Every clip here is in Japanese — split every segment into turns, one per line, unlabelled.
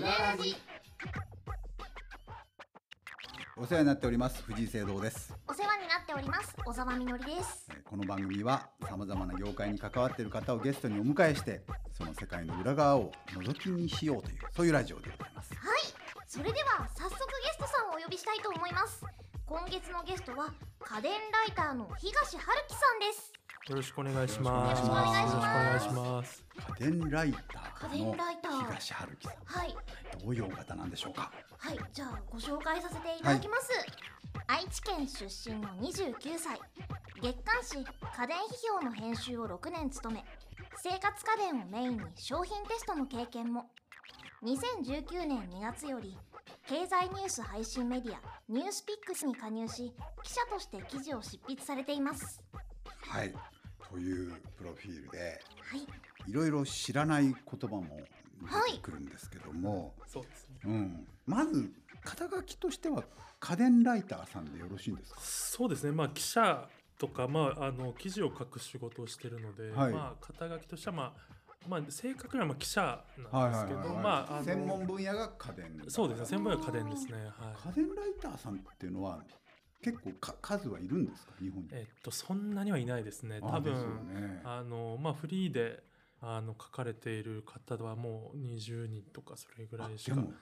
ラジ
お世話になっております藤井聖堂です
お世話になっております小沢みのりです
えーこの番組はさまざまな業界に関わっている方をゲストにお迎えしてその世界の裏側を覗き見しようというそういうラジオでございます
はいそれでは早速ゲストさんをお呼びしたいと思います今月のゲストは家電ライターの東春樹さんです
よろしくお願いします。
よろしくお願いします
よろしくお願いします。
家電ライター
家電
の
ライター
東春樹さん
はい
どういうお方なんでしょうか
はいじゃあご紹介させていただきます、愛知県出身の29歳月刊誌家電批評の編集を6年務め生活家電をメインに商品テストの経験も2019年2月より経済ニュース配信メディアニュースピックスに加入し記者として記事を執筆されています
はいというプロフィールで
はい
いろいろ知らない言葉も
はい
出てくるんですけども、
そうですね。
うん、まず肩書きとしては家電ライターさんでよろしいんですか
そうですね。まあ記者とかまああの記事を書く仕事をしているので、
はい
まあ肩書きとしてはまあまあ正確にはまあ記者
は
ないんで
は
す
い
けど、
はい、
まああの
専門分野が家電
そうですね。専門は家電ですね。はい。
家電ライターさんっていうのは結構か数はいるんですか日本に
えっとそんなにはいないですね。多
あですよ
分
ね
あのまあフリーであの書かれている方はもう20人とかそれぐ
あ
らいし
で
か。
も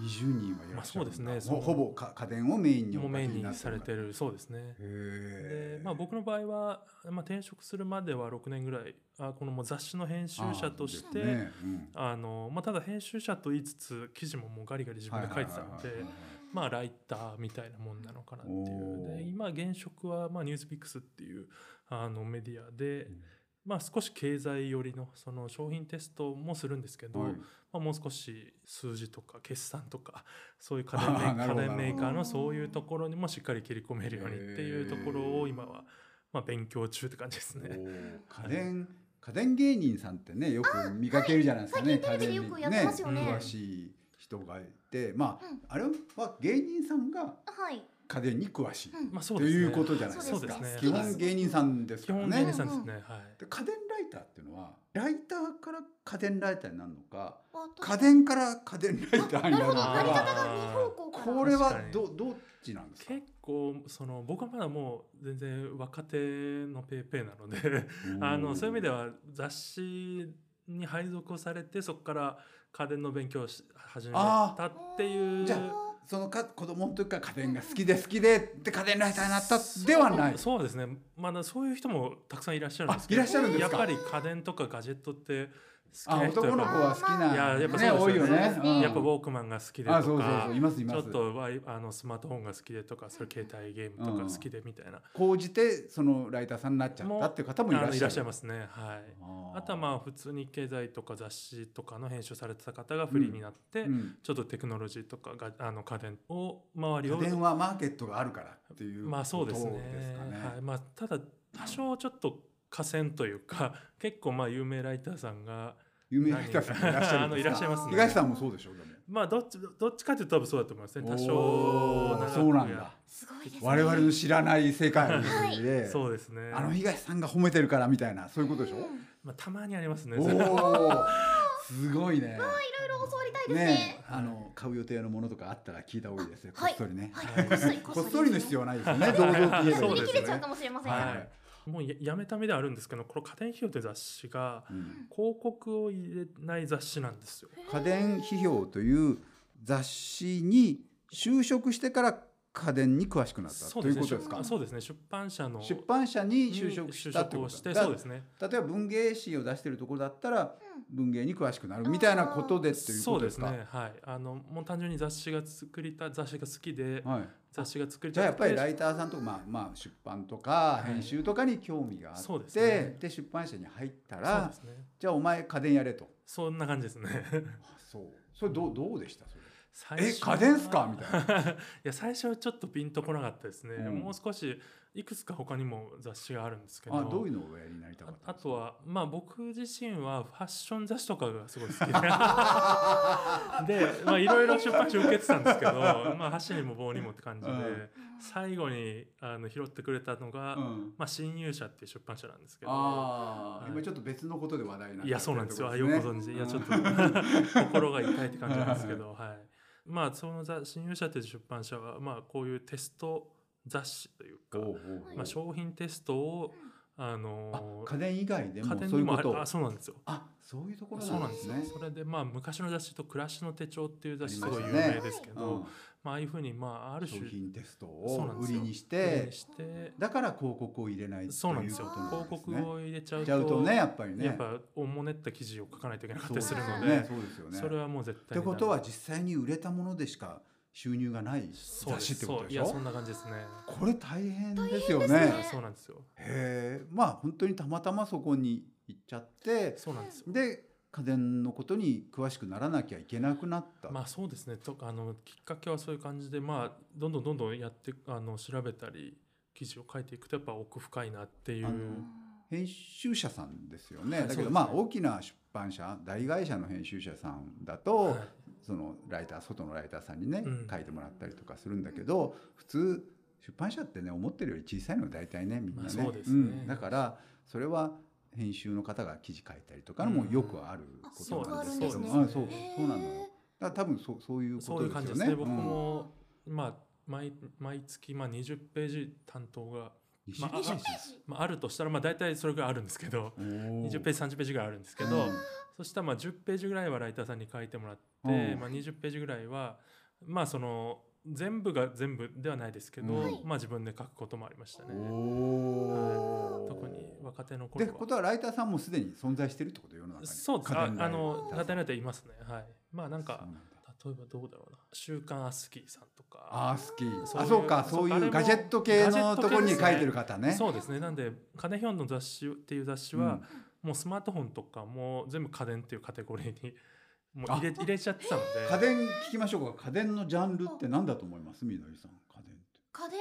20人はいらっしゃるんだ
まあそうですねそ
ほ
の
ほぼか家電をメインに
もうメインにされ
る
てるそうですね。
へ
で
え、
まあ、僕の場合は、まあ、転職するまでは6年ぐらいあこのもう雑誌の編集者とし
あ
て
ーですねうん
あのまあ、ただ編集者と言いつつ記事ももうガリガリ自分で書いてた
は
の
いはい
で
はいはい
まあライターみたいなもんなのかなって
お
いう
ー
で今現職は、まあ「ニュースピックスっていうあのメディアで、まあ、少し経済寄りのその商品テストもするんですけど、
はい
まあ、もう少し数字とか決算とかそういう家電メー
あーなる
家
ほど
電メーカーのそういうところにもしっかり切り込めるようにっていうところを今は、まあ、勉強中って感じです
お
ね。
ー家電家電芸人さんってねよく見かけるじゃないですかね、
はい最近テレビでよくやってますよね
家電に詳しい人がいてまあ、
うん
あれは芸人さんが
はい
家電に詳しい、
うん
まあ、そ
と
うですね
いうことじゃないですか
そうですね
基本芸人さんです
基
から
本
ね
的にさんですね、はい
で家電ライターっていうのはライターから家電ライターになるのか
あと
家電から家電ライターにな
なる
るの
ほど
あ
なり
ー
か
方が二方向から
これ
確か
は
に
どどっちなんですか
結構その僕はまだもう全然若手のペーペーなので
うん
あのそういう意味では雑誌に配属をされてそこから家電の勉強をし始め
あー
たっていう
じゃあそのか子供の時から家電が好きで好きでで家電ライターになったではない
そうですねまだそういう人もたくさんいらっしゃるんですけど
あいらっしゃるんですか
やっぱり家電とかガジェットって好き
あ
な人
男の子は好き
あ
ない
ややっぱ
ね
そ
多
う
い
です
よ
よね
ねうん
やっぱウォークマンが好きでとか
あそうそうそういますい
ち
ま
ょ
す
っとワイあのスマートフォンが好きでとかそれ携帯ゲームとか好きでみたいな、
こうじてそのライターさんになっちゃったっていう方もいら
あ
っ
の
しゃる
ますねはい
あー
あとはまあ普通に経済とか雑誌とかの編集されてた方がフリーになって、
うん
ちょっとテクノロジーとかがあの家電を周り
家
を
電はマーケットがあるからっていう
まあそうですね
ことですかね
はいまあ、ただ多少ちょっと寡占というか 結構まあ有名ライターさんが
有名ライターさんがいらっしゃるんですか
あのいらっしゃいますね
東さんもそうでしょうでも
まあどっちどっちかというと多分そうだと思いますね多
お
少
ー
長く
そうなん
や
だ
すごいですね
我々の知らない世界で、
そうですね
あの東さんが褒めてるからみたいなそういうことでしょ、
まあ、たまにありますね
おおすごいね
いろいろ教わりたいですね
ねえあの買う予定のものとかあったら聞いた方がいいですよ、
はい
こっそりね、
はいこっそり
こっそりの必要はないですよね堂々と言えばい
売
い
り
です
切
よ
れ
ね
ちゃうかもしれませんから、
は
はいいもうややめた目ではあるんですけどこの家電費用という雑誌が
ん
広告を入れない雑誌なんですよ。
家電批評という雑誌に就職してから家電に詳しくなった、
そう
とい
で
う
す
ことで
ね
すか
出そうですね出版社の
出版社に就職したってこと
就職をして
だ
そうですね
例えば文芸誌を出してるところだったら文芸に詳しくなるみたいなことでっていう
そ
こ
う
と
で
です
す
か
ねはいあのもう単純に雑誌が作りた雑誌が好きで、
はい
雑誌が作り
じゃあ
た
やっぱりラ
イ
イターさんとか、まあ、まあ出版とか編集とかに興味があって、
そう
で
ですね
出版社に入った
そう
ら、
ですね
じゃあお前家電やれと
そんな感じですね
そうそれどうどうでしたそれ
最
え
初は
家電っすかみたいない
や最初はちょっとピンとこなかったですね、
うん
もう少しいくつか他にも雑誌があるんですけど
あどういうのをおやりになりたか
あ
った
あとはまあ僕自身はファッション雑誌とかがすご い好きででまあいろいろ出版社受けてたんですけどまあ箸にも棒にもって感じで、
うん
最後にあの拾ってくれたのが、
うん
まあ、新入社っていう出版社なんですけど
ああ、
はい
今ちょっと別のことで話題になっ
い
ちゃ
や
って
そうなん
る
で
と
す
こ
よ、
ろ
あよくご存知いやちょっと 心が痛いって感じなんですけど、はいまあその雑新入社っていう出版社は、まあ、こういうテスト雑誌というか、
おうおう
まあ、商品テストをあ
あ
の
家電以外でも
家電
そうい
に
う
も
こ
ある
と
あそうなんですよ
あそういうところ
そう
な
なん
で
んですす
ね
ね。それでまあ昔の雑誌と暮らしの手帳っていう雑誌すごい
あ
有
りましたね
名ですけ
う
ど、
ん、
まあああいうふうにまあある
商
種
品テスト
そうな
を
んで
売
すよ
りにし
売り
て
にして
だから広告を入れないという
そうなんですよ
こと
な
広
ん
告を入れちゃう
入れ
と
ちゃうとねやっぱりね
やっぱおもねった記事を書かないといけなかったりする
そ
の
う
で
ですよねそうですよね
それはもう絶
っ
対
て
にダメ
ことは実際に売れたものでしか収入がない
そう
雑
で
誌
す
ってことでし
そういやそ
ょ
んな感じですね
これ大変ですよね
大変です
いや
ね
そうなんですよ
へえまあ本当にたまたまそこに行っちゃって
そうなんですよ
で家電のことに詳しくならなきゃいけなくなった、
まあそうですねとあのきっかけはそういう感じでまあどんどんどんどんやってあの調べたり記事を書いていくとやっぱ奥深いなってい
あ
う
の編集者さんですよね、
はい
だ
そ
けど
うですね
まあ大きな出版社大会社の編集者さんだと、
はい
そのライター外のライターさんにね、
うん
書いてもらったりとかするんだけど普通出版社ってね思ってるより小さいのが大体ねみんなね,、
まあそうですね
んだからそれは編集の方が記事書いたりとかのもよくあることなんですけども、
うん
あ
あ
そ
そうう
ですね
そうなのよだから多分そうそういう
そ
こ
うい
と
う感
です
じ
よ
です
ね。
ね。僕
うん
も、まあ、毎毎月、まあ、20ページ担当が、
20
まあ
ページ
あ まあ、あるとしたら、まあ、大体それぐらいあるんですけど、
おー
20ページ、30ページぐらいあるんですけど、
うん
そしたらまあ10ページぐらいはライターさんに書いてもらって、
うん
まあ、20ページぐらいは、まあ、その、全部が全部ではないですけど、
うん
まあ、自分で書くこともありましたね。
おー
特に若手の
で
頃は。
ことはライターさんもすでに存在してるってこと世の中に
そうですね。
家
あ
電ライ
あ
ター
の、
さ
ラ
ん
テナイターいますね。はい。まあ、なん
そ
か
う、なんだ
例えばどうだろうな。週刊アスキーさんとか。
あー好き
そうい
あ
う
そうかそう
あ
いう
れも
ガジェット系
ガジェ
の
ット
と
系
ころに
です
書
ね
いてる方ね
そうですね。なんで、カネヒョンの雑誌っていう雑誌は、もうスマートフォンとかも全部家電っていうカテゴリーにもう入れ入れちゃってたので、
家電聞きましょうか家電のジャンルって何だと思いますみのりさん家電って
家電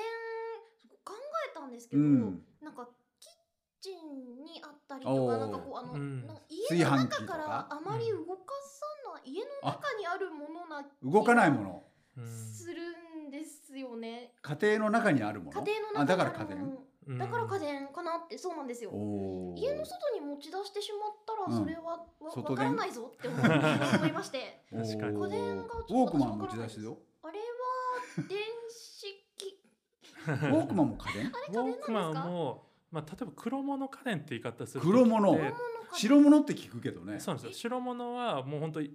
考えたんですけど、
うん
なんかキッチンにあったりと
おー
かなんかこうあの、
うん
なんか家の中から
炊飯器とか
あまり動かさない、家の中にあるものな気
動かないもの
うん
するんですよね。
家庭の中にあるもの
家庭の
あ
中
だ
に
か
あ
ら
る
家
も
電
のだから家電かなってそうなんですよ。
おー
家の外に持ち出してしまった
うん
らそれはわ
外
わから
電
ないぞって思い思いま して
おー
確かに
家電がちょっと
ウォークマン持ち出し よ
あれは電子機
ウォークマンも家電
ウォークマンも、まあ、例えば黒物家電って言い方する時って
黒物
物か
白物って聞くけどね
そうなんですよ白物はもう本当い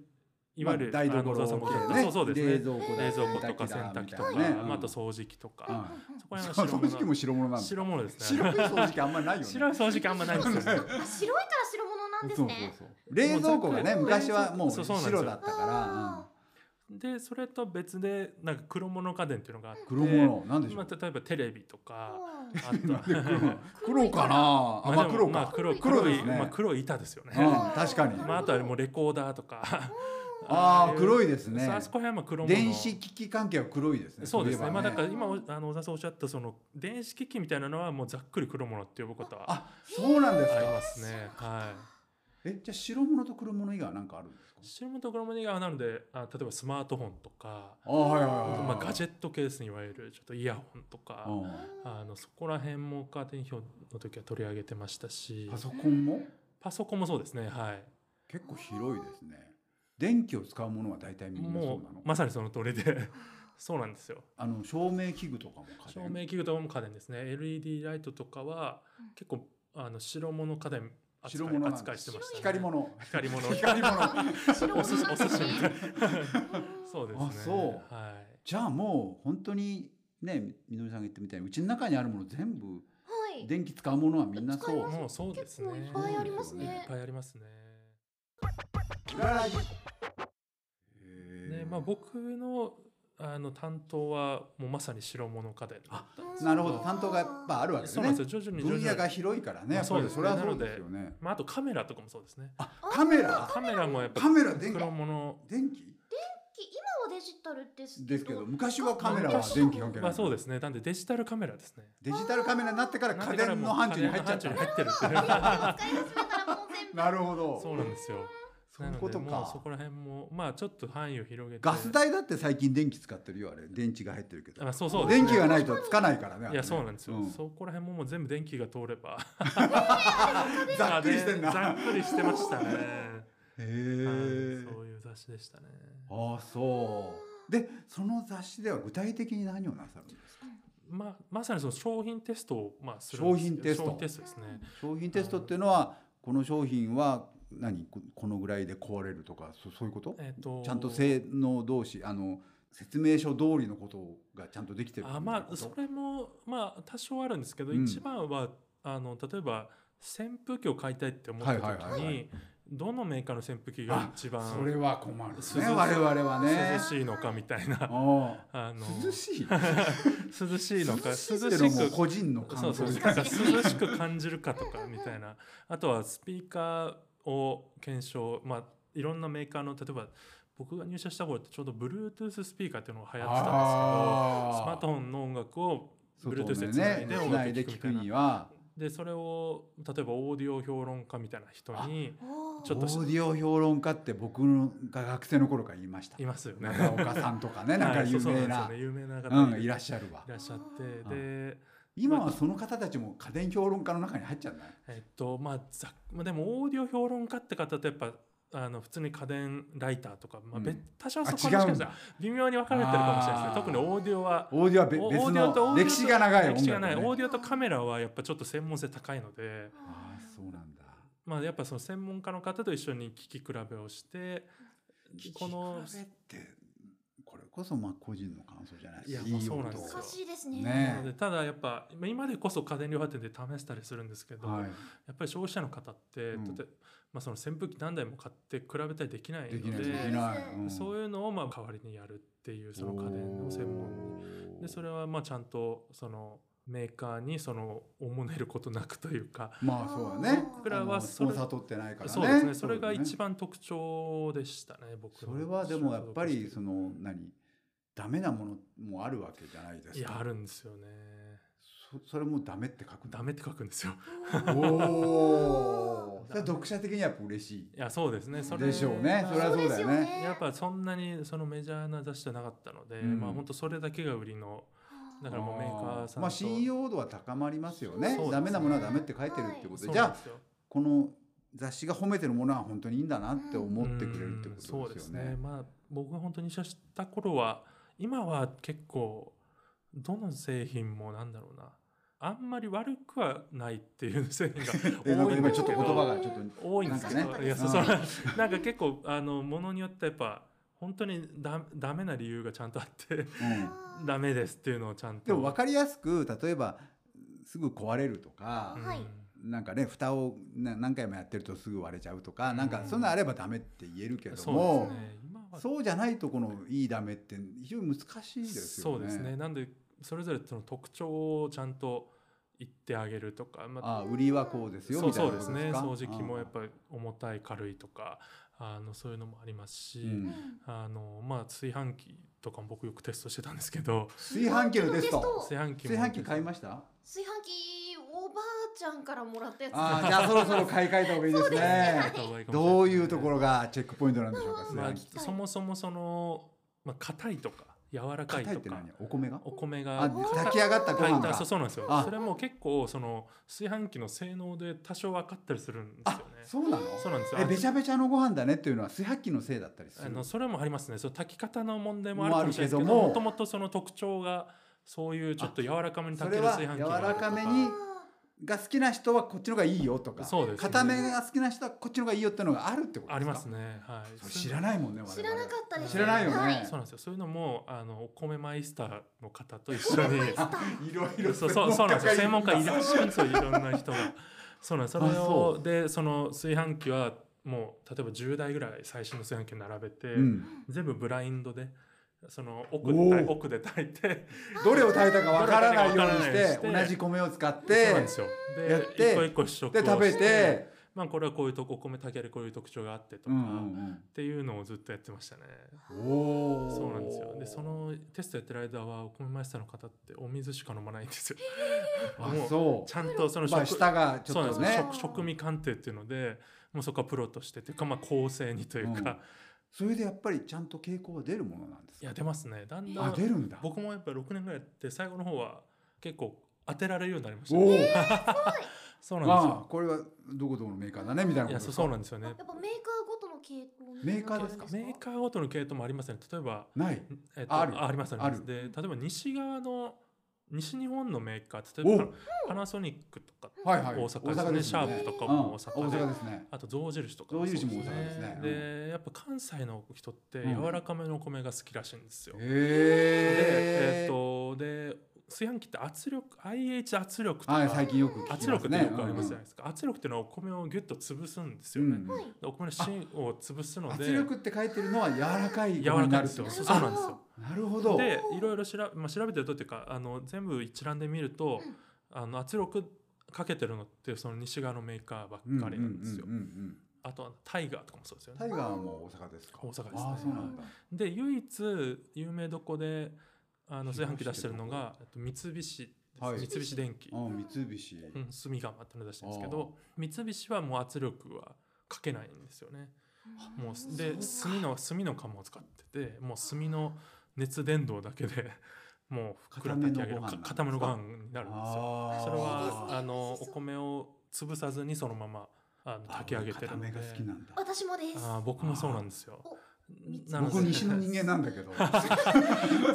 いわゆる、
まあ台
あ
所
のそうそう
系
そうそうですね
冷蔵庫だ
冷蔵庫とか洗濯機とか、
みたいなね
まあ、あと掃除機とか、
うん
そこら
掃
辺は
除機
白
も
物
白物なんだ
白物ですね
白い掃除機あんまりないよね
白い掃除機あんまないんですよね
あ白いから白物なんです
そう
ね。
そうそう冷蔵庫がね
もうざっくり
昔はもう
そうそうなんですよ
白だったか
あ
でそれと別でなんか黒物家電っていうのがあって
ら、うん、黒物なんでしょ
ま
う
あ、例えばテレビと
ー
か
あー
あと
なんで黒なの
黒
黒
い
か
か
な
な
あ、まあ、黒か、
まあ、黒
黒
黒い
ですね
まあ、黒い板ですよね、
うん、確かに
なるほ
まあ、
ど
あとはもうレコーダーとか
ああ黒
い
いですね
あそこら辺は黒物
電子機器関係は黒いですね
そうです
い
ね
えば
まあだから今おあの小田さんおっしゃったその電子機器みたいなのはもうざっくり黒物って呼ぶことはあ
あそうなんです
り
か
ますねはい
えじゃあ白物と黒物以外は何かあるんですか
白物と黒物以外はなのであ例えばスマートフォンとか
あはいはいはい、はい
まあ、ガジ
ェッ
ェットケースにいわゆるちょっとイヤホンとか、あのそこら辺もカーテン表の時は取り上げてましたし
パソコンも
パソコンもそうですねはい
結構広いですね電気を使うものは大体みんなそ
も
うなの
うまさにその通りで そうなんですよ
あの照明器具とかも家
照
電
明器具とかも家電ですね LED ライトとかは結構あの白物家電扱
白
い
物なんです
扱いしてました、ね、
光 物
光物
光物
白
お
物
寿司
なんです
お寿司
ね
みたいなそうで
あ
すね
そう
は
じゃあもう本当にねみみのりさんが言ってみたいにうちの中にあるもの全部
はい。
電気使うものはみんなそ
使いうま
いもうそうですね
結構いっぱいあります
いっ
ね。
ぱいありますね
裏ラジ
でまあ僕のあの担当はもうまさに白物家電
あ
うん
なるほど担当がやっぱあるわけです
そうなん
ね
ですよ徐々に徐々
分
に
野が広いからね
ま
や
あ
っぱ
そう
り
です
そ
ね
れはそうですよね
まあ、あとカメラとかもそうですね
あカメラ
カメラもやっぱ
カメラ電気
黒物
電気
今はデジタルですけど
ですけど昔はカメラは電気関係ない
まあそうですね。なんでデジタルカメラですね。
デジタルカメラになってから家電の範疇に入っちゃった
家電の範疇に入ってるっていう
電気を使い始めたらもう全部
なるほ ど
そうなんですよ。
そういうこと
なのでもうそ
か
こら辺もまあちょっと範囲を広げて。
ガス代だって最近電気使ってるよあれ電池が入ってるけど
あそうそうです
電
ね。
気がないとつかないからねあれ
い
ね
やそうなんですよ、
う
そこら辺ももう全部電気が通れば
ざっくりしてんな
ざっ
へ
くりしてま したね、
え
はいそういう雑誌でしたね
ああそうでその雑誌では具体的に何をなさるんですか
まあまさにその商品テストをまあするんですけど
商品テスト
商品テストですね
商品テストっていうのはこの商品は何ここのぐらいで壊れるとかそそういうこと
えっ、と
ちゃんと性能同士あの説明書通りのことがちゃんとできてるみ
あ
たいな
ま
こ
あ
と
それもまあ多少あるんですけど、
うん
一番はあの例えば扇風機を買いたいって思った時に、
はいはいはいはい
どのメーカーの扇風機が一番
それは困る
涼し
ね
い
我々はね
涼しいのかみたいな
ああ
あの
涼しい
涼しいの
涼
か涼
しい
し
ってのも
く
個人の
そ
感
うそう
覚
なんか涼しく感じるかとかみたいなあとはスピーカーを検証まあいろんなメーカーの例えば僕が入社した頃ってちょうど Bluetooth スピーカーっていうのが流行ってたんですけどスマートフォンの音楽を
外
Bluetooth
で
でつな
ね
いで
つ
音
な
楽
い
を
で
聴く
聞く
みたいな
には
でそれを例えばオーディオ評論家みたいな人に
おー
ちょっとし
オーディオ評論家って僕が学生の頃から言いました
いますよね。
中岡さんとかね なんか
はいそ
有
うそう
名
ん
な
ですよね有名な
う
方が
ん
い
い
ら
らっしゃるわ
っしゃって
あ
で
今はその方たちも家電評論家の中に入っちゃうんだね
えっとまあざっまあでもオーディオ評論家って方とやっぱあの普通に家電ライターとか、まあ、
うん
別多少そこ
あ
は
違うん
もしかした
だ
ら微妙に分かれてるかもしれない
あー
ですね特にオーディオは
オーディオはべ
お
別
オーディオと
の
オーディオと
歴史が長い音
歴史が
楽
ない
だ
オー
ね
ディオとカメラはやっぱちょっと専門性高いので、
ああそうなんだ
まあ、やっぱその専門家の方と一緒に聞き比べをしてこの
聞き比べってこれこそまあ個人の感想じゃない
いや
いい
そう
音
なんですよ
難しいですね
ね
なのでただやっぱまあ今でこそ家電量販店で試したりするんですけど、
はい
やっぱり消費者の方って、
うん
とてまあ、その扇風機何台も買って比べたりできないの
できない
で
できない、ん
そういうのをまあ代わりにやるっていうその家電の専門
に
にでそれはまあちゃんとそのメーカーにそのおもねることなくというか
まあそうだね
僕
らは
あのス
そ
ポ
れ
ンサー取ってないからね
そうですねそれが
そうだね
一番特徴でしたね僕の
それはでもやっぱり
所
その何ダメなものもあるわけじゃないで
属してるい
す
や
か
あるんですよね
そそれもダメって書くんだ
ダメって書くんですよ
お おーそれ読者的にはやっぱ嬉しい
いやそうですねそれ
でしょうねそれはそうだよ
そうです
ね
よね
やっぱそんなにそのメジャーな雑誌じゃなかったので、
うん
まあ本当それだけが売りのだからもうメーカーさんと
まあ信用度は高まりますよね
そうですね
ダメなものはダメって書いてるってことで、
そう
じ
な
ゃ
ん
あ
ですよ
この雑誌が褒めてるものは本当にいいんだなって思ってくれるってこ
うんそ
と
う
で
ですす
よね。
ねまあ僕が本当に入社した頃は今は結構どの製品もなんだろうなあんまり悪くはないっていう製品
でな
が
ん
多
か
いん
今
で
ちょ
す
っと
け
言
ど
葉がちょっ
多いんです け
なん
か
ど、
ね
いやそう
うん
そう なんか結構あのものによってやっぱ本当にダダメな理由がちゃんとあっ
と、
て
うん、
ダメですっていうのをちゃんと
でも分かりやすく例えばすぐ壊れるとか
う、ん
はい
なんかね蓋をな何回もやってるとすぐ割れちゃうとか、なんか
うん
そんなあればダメって言えるけど
そう
も
ですね今は
そうじゃないとこのいいダメって非常に難しいですよね。
そうですねなんでそれぞれその特徴をちゃんと言ってあげるとか、まあ、
ああ売りはこうですよ
そう
みたいな
そう
こ
で
と
す
です
ね
か
掃除機もやっぱり重たい軽いとかあのそういうのもありますし、
うん
あのまあ、炊飯器とかも僕よくテストしてたんですけど
炊飯器のテスト
炊飯器
炊
も
飯器買いました
炊飯器おばあちゃんからもらったやつ
あ あじゃあそろそろ買い替えた方がいいです
買っ
ね
た方がいいかもしれな
どういうと
ろ
ころがチェックポイントなんでしょうか炊
まあ
飯器、
そもそもその、まあ、硬いとか柔らか
硬い
い
っ
と
て
か
何お米が
お米が
あ炊き上がったご
炊
飯
いた
が
そうそうなんですよ
あ
それも結構その炊飯器の性能で多少分かったりするんですよ
あ
ね
そうなの
そうなんですよ
えべちゃべちゃのご飯だねっていうのは炊飯器のせいだったりす
あ
る
のそれもありますねその炊き方の問題もあるかもしれないですけど
もある
も
けど
と
も
もとその特徴がそういうちょっと柔らかめに
それ
炊ける
は
炊飯器
柔らかめ
がある
にが好きな人はこっちの方がいいよとか
そうですね
固めが好きな人はこっちの方がいいよっていうのがあるってことですか
とかありますねはい
それ知らないもんね我々
知らなかったです
知らないよね、
は
そうなんですよそういうのもあのお米マイスターの方と一緒に
いろいろ
そうそうそうな んですよ専門家い
る
らっしゃるんですよいろんな人がそうなんですそれ
そ
をでその炊飯器はもう例えば10台ぐらい最新の炊飯器に並べて、
うん、
全部ブラインドでその奥で炊い
おお
奥で炊いて
どれを炊いたかわからないように
どれを炊いたかわからないよう
し
にしてて
同じ米を使っ
そうなん
て
ですよ
やっ
で
て
一個一個試食を
で食べ
して
て
まあ、これはこういうとこお米炊きあれこういう特徴があってとか、
うん
っていうのをずっとやってましたね。
うんうん、おお
そうなんですよでそのテストやってる間はお米マイスターの方ってお水しか飲まないんですよ。
あ
もう
そう
ちゃんとその
まあ、
食、
下がち
そ
ょ
う
っ
なん
と
ですよ
ね
食食味鑑定っていうのでもうそこはプロとしてというかまあ構成にというか、
それでやっぱりちゃんと傾向は出るものなんですか
いや出ますねだんだ
あ
ん
出るんだ
僕もやっぱり6年ぐらいやって最後の方は結構当てられるようになりました、
おお、
ね、そうなんです
ああ
よ
これはどこどこのメーカーだねみたいないこと
や
です
そ
か
うそうなんですよ
や
ね
っぱメーカーごとの系統に
メーカーですか
メーカーごとの系統もありますね例えば、
ない
えっと、
あ
あ
ある
りますありま
あ
す
る
で例えば西側の西日本のメーカー例えば
お
パナソニックとか
はいはい
大阪ですねシャープとか
うん
も大阪
大
で、
阪ですね
あと象印とか
象印も
そう
大阪ですね
でやっぱ関西の人って柔らかめのお米が好きらしいんですよ、
へ
で
え
えっとで炊飯器って圧力 IH 圧力とか、
はい最近よく聞きますね
圧力ってよくありますじゃ
よ
ないですか、圧力っていうのはお米をギュッと潰すんですよね、
はい
でお米の芯を潰すので
圧力って書いてるのは柔らかい
柔ら
にな
か
い
ん
る
で
ってこ
す
と
よそう
あ
なんですよ
あなるほど
でいろいろ調べ,、まあ、調べてるとっていうかあの全部一覧で見ると、
うん
あの圧力かけてるのってその西側のメーカーばっかりなんですよ、
うんうんうんうん
あとはタイガーとかもそうですよ
タイ
ね
ガーも大阪ですか
大阪ですね
ああそうなんだ
で唯一有名どこであの炊飯器出してるのがえっと三菱です
はい
三菱電機、
ああ三菱
うん、隅釜っての出してるんですけど三菱はもう圧力はかけないんですよねもうで炭の炭の釜を使っててもう炭の熱伝導だけで もうふっくら炊き上げるか
固
固
め
め
のご
のご
飯
飯になるんですよ
ああ
それは
あー
あの
いいで
お
すね
米を潰さずにそのままあの炊き上げてる
あ
の
俺
で
固めが好きなんだ
私もです
あー僕もそうなんですよ
お
なので
僕西の人間なんだけど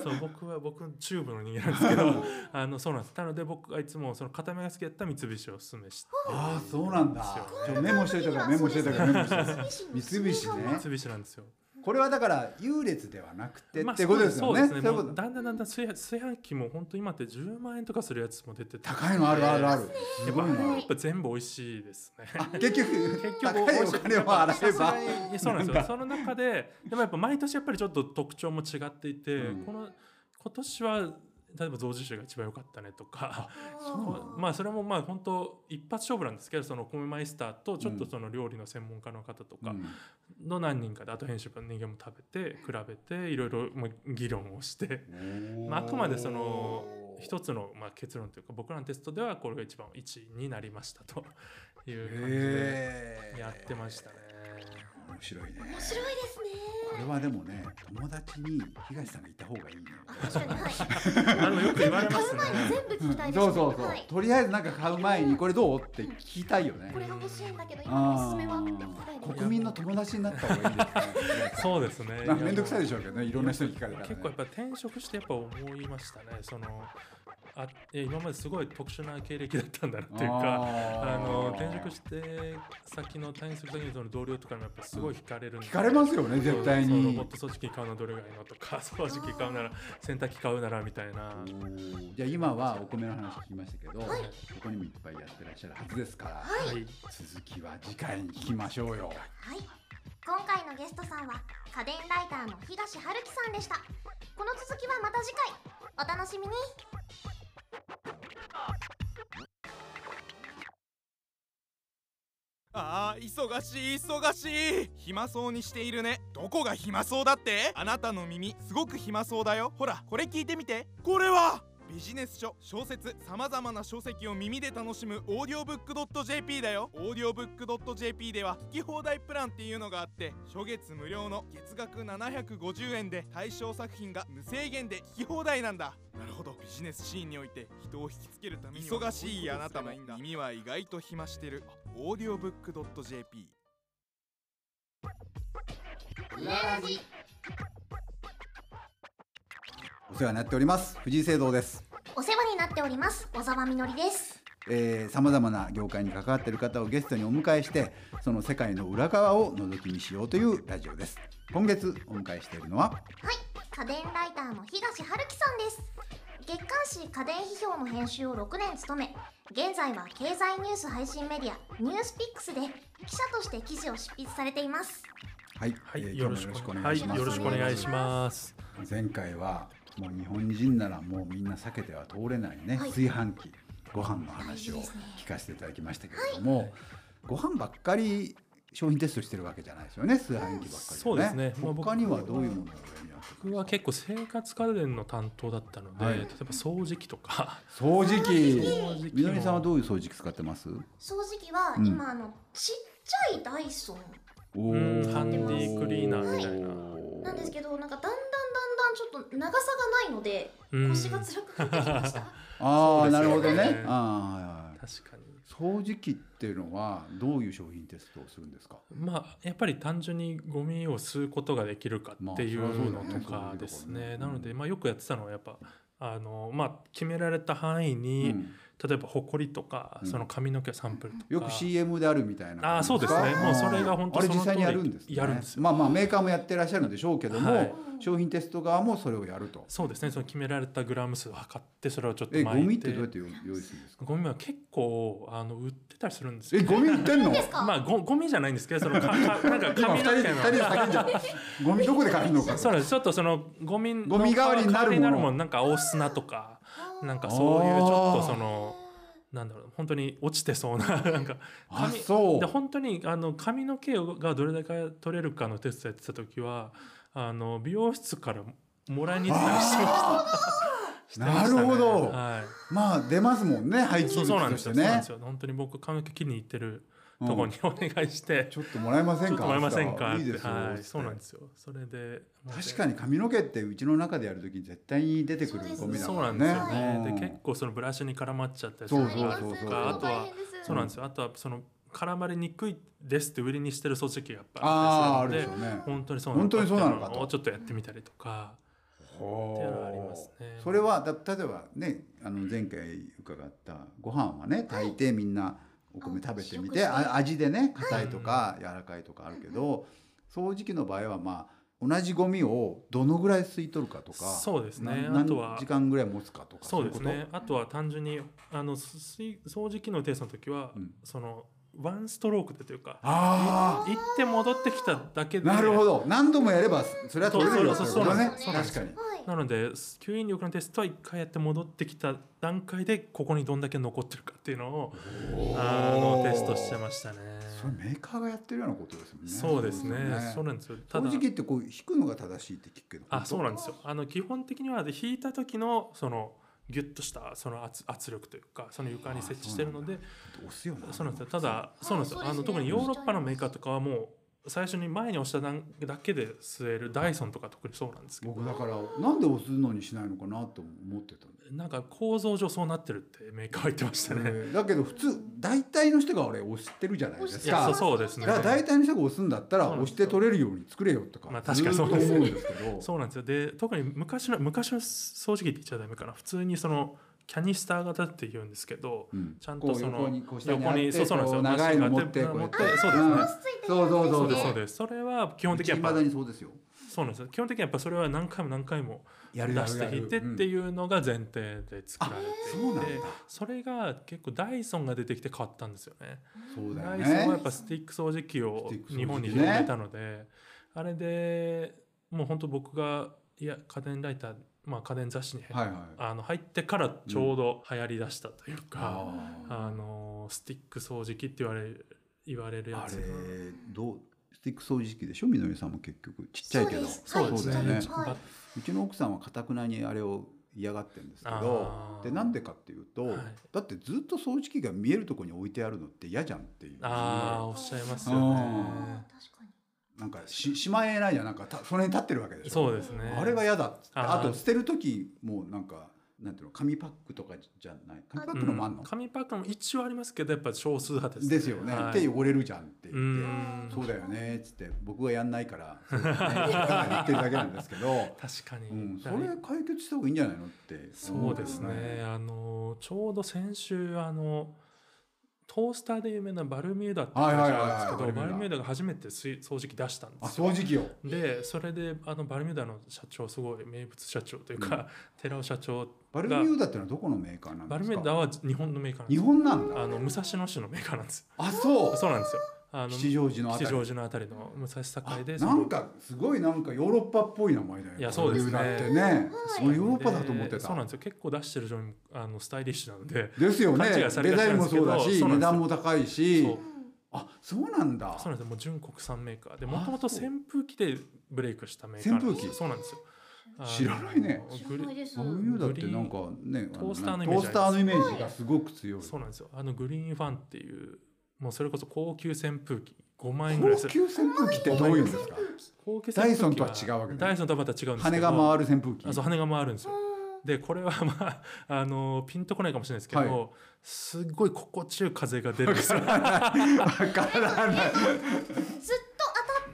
そう僕は僕中部の人間なんですけどあのそうなんですなので僕はいつもその固めが好きだったら三菱をお勧めして
ああそうなんだちょメモしといたからメモしといたからメモしといたから三
三
菱ね
三菱なんですよ
これはだから優劣ではなくて
まあ
ってことですよね
そう
そう
で
い
すね
う
も
こ
う
と
だんだんだんだん炊飯炊飯器も本当今って10万円とかするやつも出てて
高いのあるあるあるす
やっ
ご
ぱ
い
あれは
な
やっぱ全部美味しいです ね
結局
結局
高いお金を払えば
いやそうなんですよその中ででもやっぱ毎年やっぱりちょっと特徴も違っていて、
うん
この今年は例えば象印が一番良かったねとか こうまあそれもまあ本当一発勝負なんですけどそのお米マイスターとちょっとその料理の専門家の方とか
うん
の何人かであと編集部の人間も食べて比べていろいろまあ議論をしてまああくまでその一つのまあ結論というか僕らのテストではこれが一番1位になりましたという感じで
へえ
やってましたね。
面白いね
面白いです
これ
ね
はでもね友達に東さんがいた方がいいね
確かにはい
あでもよく言われま
買
す
う前に
ね。
全部聞きたいです
そ
ね
うそうそ
は
う
い
とりあえずなんか買う前にこれどうって聞きたいよね
これが欲しいんだけど今のおす
あ
すめはって聞きたい
ー
です
国民の友達になった方がいい ですね
そうですね。
なんか面倒くさいでしょうけどねいろんな人に聞かれたらね
結構やっぱ転職してやっぱ思いましたねそのあいや今まですごい特殊な経歴だったんだなっていうかあ
あー
の転職して先の転職先のその同僚とかにもやっぱすごい惹かれるんで
聞かれますよね絶対
そうロ
に
ボット掃除機買うのどれがいいのとか掃除機買うなら洗濯機買うならみたいな
おーじゃあ今はお米の話聞きましたけど、
はい
ここにもいっぱいやってらっしゃるはずですから、
はい
はい
続きは次回に聞きましょうよ
はい。今回のゲストさんは家電ライターの東春樹さんでした。この続きはまた次回お楽しみに。
ああ忙しい忙しい暇そうにしているねどこが暇そうだってあなたの耳すごく暇そうだよほらこれ聞いてみてこれはビジネス書小説さまざまな書籍を耳で楽しむオーディオブックドット JP だよオーディオブックドット JP では聞き放題プランっていうのがあって初月無料の月額750円で対象作品が無制限で聞き放題なんだなるほどビジネスシーンにおいて人を引きつけるためには忙しいあなたも耳は意外と暇してるオーディオブックドット JP
お世話になっております藤井聖堂です
お世話になっております小沢みのりです。
さまざまな業界に関わっている方をゲストにお迎えしてその世界の裏側を覗き見しようというラジオです今月お迎えしているのは
はい。家電ライターの東春樹さんです。月刊誌家電批評の編集を6年務め、現在は経済ニュース配信メディアニュースピックスで記者として記事を執筆されています。
はい、
はい、
えー
よ
今
ろ
日
し
もよろしく
く
お
お
願
願
い
い
し
し
ま、
ますす。はい、よろしくお願いしま
前
す。
回はもう日本人ならもうみんな避けては通れないね、
はい
炊飯器ご飯の話を
大事ですね
聞かせていただきましたけれども、ご飯ばっかり商品テストしてるわけじゃないですよね炊飯器ばっかり、ね
そうですねまあ僕
他にはどういうものを
僕は結構生活家電の担当だったので、
はい
例えば掃除機とか
構掃除
掃除
機
機
みのりさんはどういう掃除機使ってます
掃除機は
うん
今あのちっちゃいダイソン
お
うんハンディクリーナーみたいな
なんですけどなんかだんだんだんだんちょっと長さがないので
うん
腰が辛くなってきま した。
ああなる
そ
ほ
うで
ど
すよね
ねあー
確かに
はいはい掃除機っていうのはどういう商品テストをするんですか
まあやっぱり単純にゴミを吸うことができるかっていう
まあそりゃそうだ
の
よね
とかですね、
そういうところね
なので、まあ、よくやってたのはやっぱあの、まあ、決められた範囲
う
に、
ん
例えばほこりとか、
うん
その髪の毛サンプルとか
よく CM であるみたいな
あーそうですねもうそれが本当
あれ
その
実際にやるんです、
やるんですよ
まあまあメーカーもやってらっしゃるのでしょうけども、
はい
商品テスト側もそれをやると
そうですねその決められたグラム数を測ってそれをちょっと
えゴ
巻
ミっ
い
て
て
どうやって用用意するんですか
ゴミは結構あの売ってたりするんです
え
よ、
ゴミ売って んの
ですか
まあゴゴミじゃないんですけどそのかか なんか
今二人
髪の毛
で
の
二人で叫んじゃうゴミどこで借りるのか
そうなんですちょっとそのゴミの
ゴミ代わりになるもの
代わりなんか大砂とかなんかそういうちょっとそのなんだろう本当に落ちてそうななんか
あ
髪
そう
で本当にあの髪の毛がどれだけ取れるかのテストやってた時はあの美容室からもらいに行ったりしてましたしてましたね
なるほど
は
まあ出ますもんね廃
い、そ
棄
うそうな
物
ん
とし
です
てね
よ、そうなんですよ本当に僕髪の毛切りに行ってる
うん
とこにお願いして、
ちょっともらえませ
ちょ
ん
っと
か
もらえませんか
いいですよ、
はい、そうなんですすよそれで
確かに髪の毛ってうちの中でやるときに絶対に出てくるゴミだ
そう
から
なん
ね
ですよね。で
うん
結構そのブラシに絡まっちゃったりす
そ
る
うそう
か
そうそう
あとはそうなん
ん
ですよ。あとはその絡まれにくいですって売りにしてる装置機がやっぱ
あああ
あっ
る
たり
ですしょ
るの
うね
で本当にそう
本当にそうなのかと
っていをちょっとやってみたりとか。っていうのはありますね
それはだ例えばねあの前回伺ったご飯はね大抵みんなお米食べてみて、
あ試食して
あ味でね硬いとか柔らかいとかあるけど、掃除機の場合はまあ同じゴミをどのぐらい吸い取るかとか
そうですね
な
あとは
何時間ぐらい持つかとか
そうです
い
ね。あとは単純にあのす水掃除機のテストの時は
うん
そのワンストロークでというか
あ
行って戻ってきただけ
あ
で。
なるほど何度もやればそれは取れるよ
そう
そう
ってこと
そうそうな
確
んです
かに
はい
なので吸引力のテストは1回やって戻ってきた段階でここにどんだけ残ってるかっていうのをあのテストしてましたね。
それメーカーがやってるようなことですもんね
そうですね。そ
そうう
なんですよ。ただ
掃除機ってこう引くのが正しいって聞くけど
あそうなん
で
ですよ。あの基本的にはで引いた時のそのギュッとしたその圧圧力というかその床に設置してるので
押すよな
そうなんですよ。ただ
い
そうなんですよ。
そうです
あ
ね
の特にヨーロッパのメーカーとかはもう最初に前に押した段だけで吸えるダイソンとか特にそうなんですけど。
僕だからなんで押すのにしないのかなと思ってたんだ
なんか構造上そうなってるってメーカーは言ってましたね。
よねだけど普通大体の人が俺押してるじゃないで
押し
す
て
い
ま
やそう
か。
そうですね
だから大体の人が押すんだったら
そうなん
押
です
し
よ
て取れるように作れよとか,、
まあ確かにそうです
ず
ね
っと思うんですけど
そうなんですよで特に昔の昔の掃除機って言っちゃダメかな普通にそのキャニスター型って言うんですけど、
うん
ちゃんとその
こう横にこう下にあっ
横
て
にそうそうなんですよ
こう長いの持って
マシンがあ
こうやって
って持ってそうですね
ん
ついてる
そうそうそ
そう
う
です
そ
そううですそれは基本的に
い
や
ま
っ
だ
ぱ
にそうですよ
そうなんですよ基本的にやっぱそれは何回も何回も
や
出
るやる
し
や
て
る
引いてって
うん
いうのが前提で作られ
そうなん
ていて
だ
それが結構ダイソンが出てきて変わったんですよね
そうだ
ダ
よ
イソンはやっ
ね
ぱスティック掃除機を
スティック掃除機ね
日本に広めたので、あれでもう本当僕がいや家電ライター、まあ、家電雑誌に
はいはい
あの入ってからちょうど流行りだしたというか、
あ
あのスティック掃除機って言われる言われ
ー
るや
あ
つ
れ
が
どうスティック掃除機でしょみのりさんも結局ちっちゃいけど
そうです
だよね、
はいちっちゃいはいう
ちの奥さんはかたくなにあれを嫌がってるんですけど
あー
でなんでかっていうと、
はい
だってずっと掃除機が見えるところに置いてあるのって嫌じゃんっていう
ああ
な
おっしゃいます
あ
よ
ー
ね
確かに
んかししまえないじゃんなんかたその辺立ってるわけでしょ
そうですね
あれは嫌だっつって
あ
あ
ー
と捨てる時もなんかなんていうの紙パックとかじゃない紙パックのもあんの、
うん紙パックも一応ありますけどやっぱ少数派です
ですよね、
はい
手汚れるじゃんって言って。
うん
そうだよねっつって僕はやんないからそうだよねだから言ってるだけなんですけ ど、
確かに、
うん、それ解決した方がいいんじゃないのって
そうですね、あのちょうど先週あのトースターで有名なバルミューダって会社なんですけど、
はいはいはいはい
バルミ
バルミューダ
ューダが初めて水掃除機出したんです
あ
よ
掃除機を
でそれであのバルミューダの社長すごい名物社長というか、寺尾社長が
バルミューダってのはどこのメーカーなんですか
バルミューダは日本のメーカーなん
日
ですよ
本なんだ
あの武蔵野市のメーカーなんです
あそ
よ
う
そうなんですよあの
吉祥寺のあた
吉
り
祥寺のあたりの武蔵境で
あ
その
なんかすごいなんかヨーロッパっぽい名前だよね
いやそうですね
バルミューダってね
はい
そうヨーロッパだと思って
でそうなん
た
ですよ結構出してる上にあのスタイリッシュなので
ですよね
勘違いされ
デ
が
ザ
ち
イン
なんで
も
すけ
そ
ど
うだし
そうなんですよ
値段も高いし
そう
うん
あそうなんだ
そうなんですよもう純国産メーカーでもともと
そう
扇風機でブレイクしたメーカーなんです
扇風
よ
機
そうなんですよあの
知らないね
知ら
グリ
ないです。
あの
う
だってなんかね
トースターのイ
ト
メージありま
ー
す
スターのイメージがすごく強い
そうなんですよあのグリーンファンっていうもうそれこそ高級扇風機5万円ぐらいす
高
る
級扇風機ってどういうんですか
高級扇風機
ダ
は
イソンとは違うわけね
ダイソンとはまた違うんですけど
羽が回る扇風機
あそう羽が回るんですよ
ん
でこれはまああのピンとこないかもしれないですけど、
は
すごい心地よい風が出るんですよ
わからない
ずっと当たっ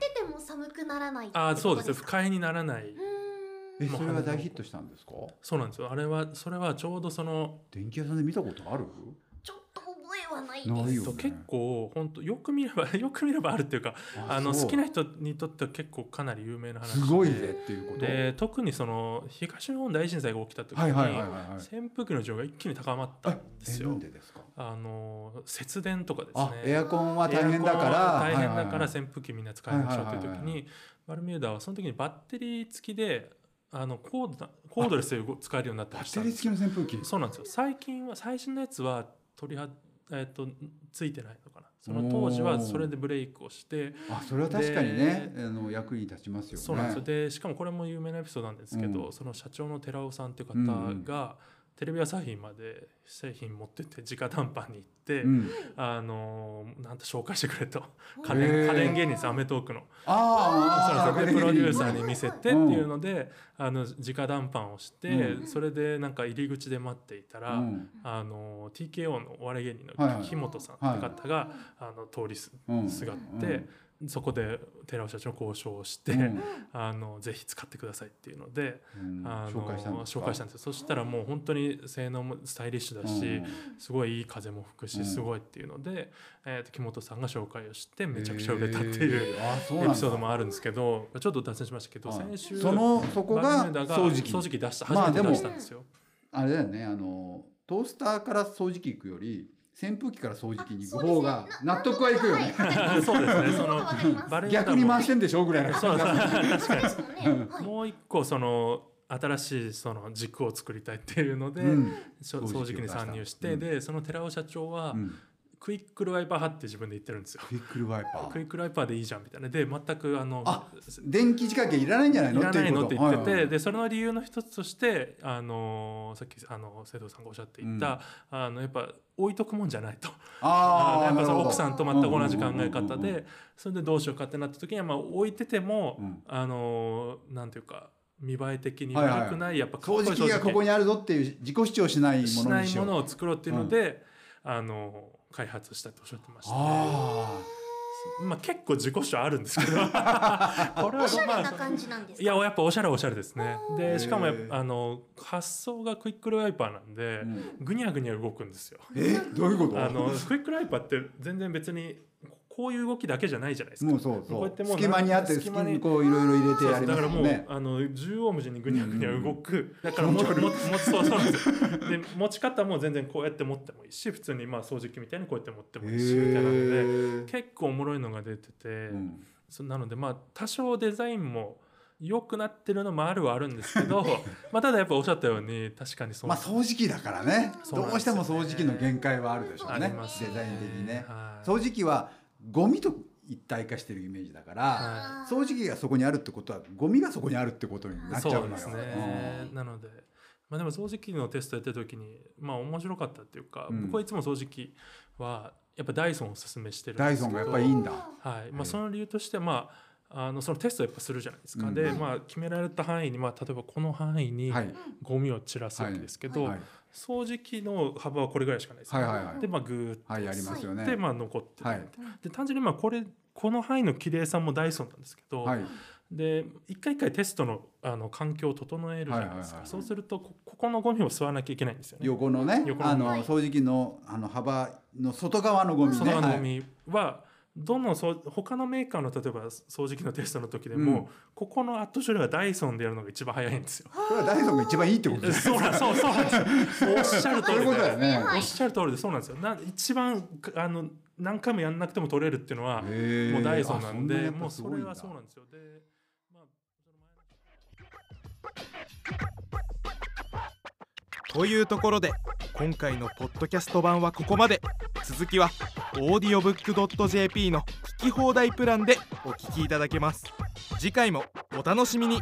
てても寒くならないってこと。
あそうですよ不快にならない、
うーん。
えそれは大ヒットしたんですか
そうなんですよあれはそれはちょうどその、
電気屋さんで見たことある
ちょっと覚えはないです。
ない
え
よ
っと
ね
結構本当よく見れば よく見ればあるっていうかあの
そう
好きな人にとっては結構かなり有名な
す
話
ごいぜっていうこと
で特にその東日本大震災が起きた時に、
はいはいはいはいはい
扇風機の需要が一気に高まった
え
んです
えな
よ
ん。でですか
あの節電とかですね
あエアコンは大変だから
エアコンは大変だから
はいはいはい
扇風機みんな使いましょう
は
という
い
時
はいはいは
にバルミューダはその時にバッテリー付きであのコードコードレスで動使えるようになった
バ
りし
ッ
た
テリ
ん
ー付
です
きの扇風機
そうなんですよ最近は最新のやつは取りは、えっとついてないのかなその当時はそれでブレイクをして
あそれは確かにねあの役に立ちますよね
そうなんですよでしかもこれも有名なエピソードなんですけど、
うん
その社長の寺尾さんっていう方
うんうん
がテレビ朝日まで製品持ってって直談判に行って、
うん
あのーなんと紹介してくれと
うん
家
へ
電
ー
家電芸人さんアメトークの
あーあ
そうなんですよでプロデューサーに見せてっていう
うん
ので、あの直談判をして、
うん
それでなんか入り口で待っていたら、
うん
あの TKO のお笑い芸人
はいは
の
い
木本さんって方が、あの通りす
うん
すがって、そこで寺尾社長の交渉をして、
うんうん
あのぜひ使ってくださいっていうので、
うん
あの
紹介したんですか
紹介したんですよそしたらもう本当に性能もスタイリッシュだし、すごいいい風も吹く
うん
しすごいっていうので、えーと木本さんが紹介をしてめちゃくちゃ売れたっていう、
えーあそうなん
エ
だ
ピソードもあるんですけどちょっと脱線しましたけど、
はい
先週
そのそこ
バ
が
ルミューダ
掃除機
掃除機出した
まあ
初め
で
て
も
出したんです よ、
あれだよねあのトースターから掃除機行くより扇風機から掃除機に行く方が納得はいくよね。
はい
そうですねその
わかります
バレエ団
逆に回してんでしょぐらいの
そうそう
確かにそうね。はい。
もう一個その新しいその軸を作りたいっていうので、
うん
そ
掃除機を
掃除機に参入して、
出した
でその寺尾社長は、
うん
クイックルワイパー派って自分で言ってるんですよ。
クイックルワイパ
クイ
ー
ックルワイパーでいいじゃんみたいなで全くあの
あ電気仕掛けいらないんじゃない
い
の
らないのって言って
は
て、
いはいはい
でその理由の一つとして、あのーさっき、あの瀬戸さんがおっしゃっていた、あのやっぱ置いとくもんじゃないと
あ
の
あ
やっぱその奥
ん
さんと全く同じ考え
うんうんう
方
んうんう
でそれでどうしようかってなった時には、まあ、置いてても、
うん
あのーなんていうか見栄え的に
はいはい
悪くない、やっぱかっこ
掃
いい
除機がここにあるぞっていう自己主張しないも
し
の
な
に
い
しよ
も
う。
のを作ろうっていうので、あのー開発したとおっしゃってましたね、
あ
まあ、結構自己主張あるんで すけどこれ
おしゃれ
は まあ
な感じなんです
い
か。
ややっぱおしゃれはおしゃれですね
へー
でしかもやっぱあの発想がクイックルワイパーなんで
あ、うん
ぐにゃぐにゃ動くんですよ
えどういうこと？
あのクイックルワイパーって全然別にここういう動きだけじゃないじゃないですか
もうそう
こう
そ
やって
う
もう
隙間にあって
隙
隙
間
間
に
にこういろいろ入れてやり
だ
ます
からも
も
うん
ね。
あの縦横無尽にぐにゃぐにゃ動く、だから
気持
も
ち悪い
ももそうそうなんですよで持ち方も全然こうやって持ってもいいし普通にまあ掃除機みたいにこうやって持ってもいいしみたいなので
へー
結構おもろいのが出てて、
うん
そなのでまあ多少デザインも良くなってるのもあるはあるんですけど まあただやっぱおっしゃったように確かにそう、
まあ掃除機だからね
そう
ど
なん
う
で
し
す
て
よね
も掃除機の限界はあるでしょう
あ
ね
ります
デザイン的にね
はい
掃除機はゴミと一体化してるイメージだから、
は
掃除機がそこにあるってことはゴミがそこにあるってことになっちゃ
そうう
の
で
よ
すね、なので、まあ、でも掃除機のテストやってる時にまあ面白かったっていうか、
うん
僕はいつも掃除機はやっぱダイソンをおすすめして
う
る
ん
んですけど
ダイソンがやっぱいいんだ
はいま
はい
あ、その理由としては、まあ、あのそのテストをやっぱするじゃないですか、
うん
で、まあ、決められた範囲に、まあ、例えばこの範囲に
はい
ゴミを散らすわけですけど、
はい
掃除機の幅はこれぐらいしかないですよね、
はいはいはい
でまあグーッ
はいありますよね
でまあ残ってる、
はい
で単純にまあこれこの範囲の綺麗さもダイソンなんですけど、
はい
で一回一回テストのあの環境を整えるじゃないですか、
はいはいはい
そうするとこここのゴミを吸わなきゃいけないんですよね。
横のね
横の
あの
はい
掃除機のあの幅の外側のゴミね
その
はい
ゴミはどのそう他のメーカーの例えば掃除機のテストの時でも、
うん
ここのアット処理はダイソンでやるのが一番早いんですよ。
それはダイソンが一番いいってことです
そうなんそうそうなんですよ。おっしゃる通
そう
り
いうこ
で
とだよね
は
お
い
っしゃる通りでそうなんですよ。な一番あの何回もやんなくても取れるっていうのは
へー
もうダイソンな
あそ
ん
な
で
やっぱ
もう
す
そ
ごい
れ
んだ
はそうなんですよ。で、まあその前の
というところで今回のポッドキャスト版はここまで続きはオーディオブックドット JP の聞き放題プランでお聞きいただけます次回もお楽しみに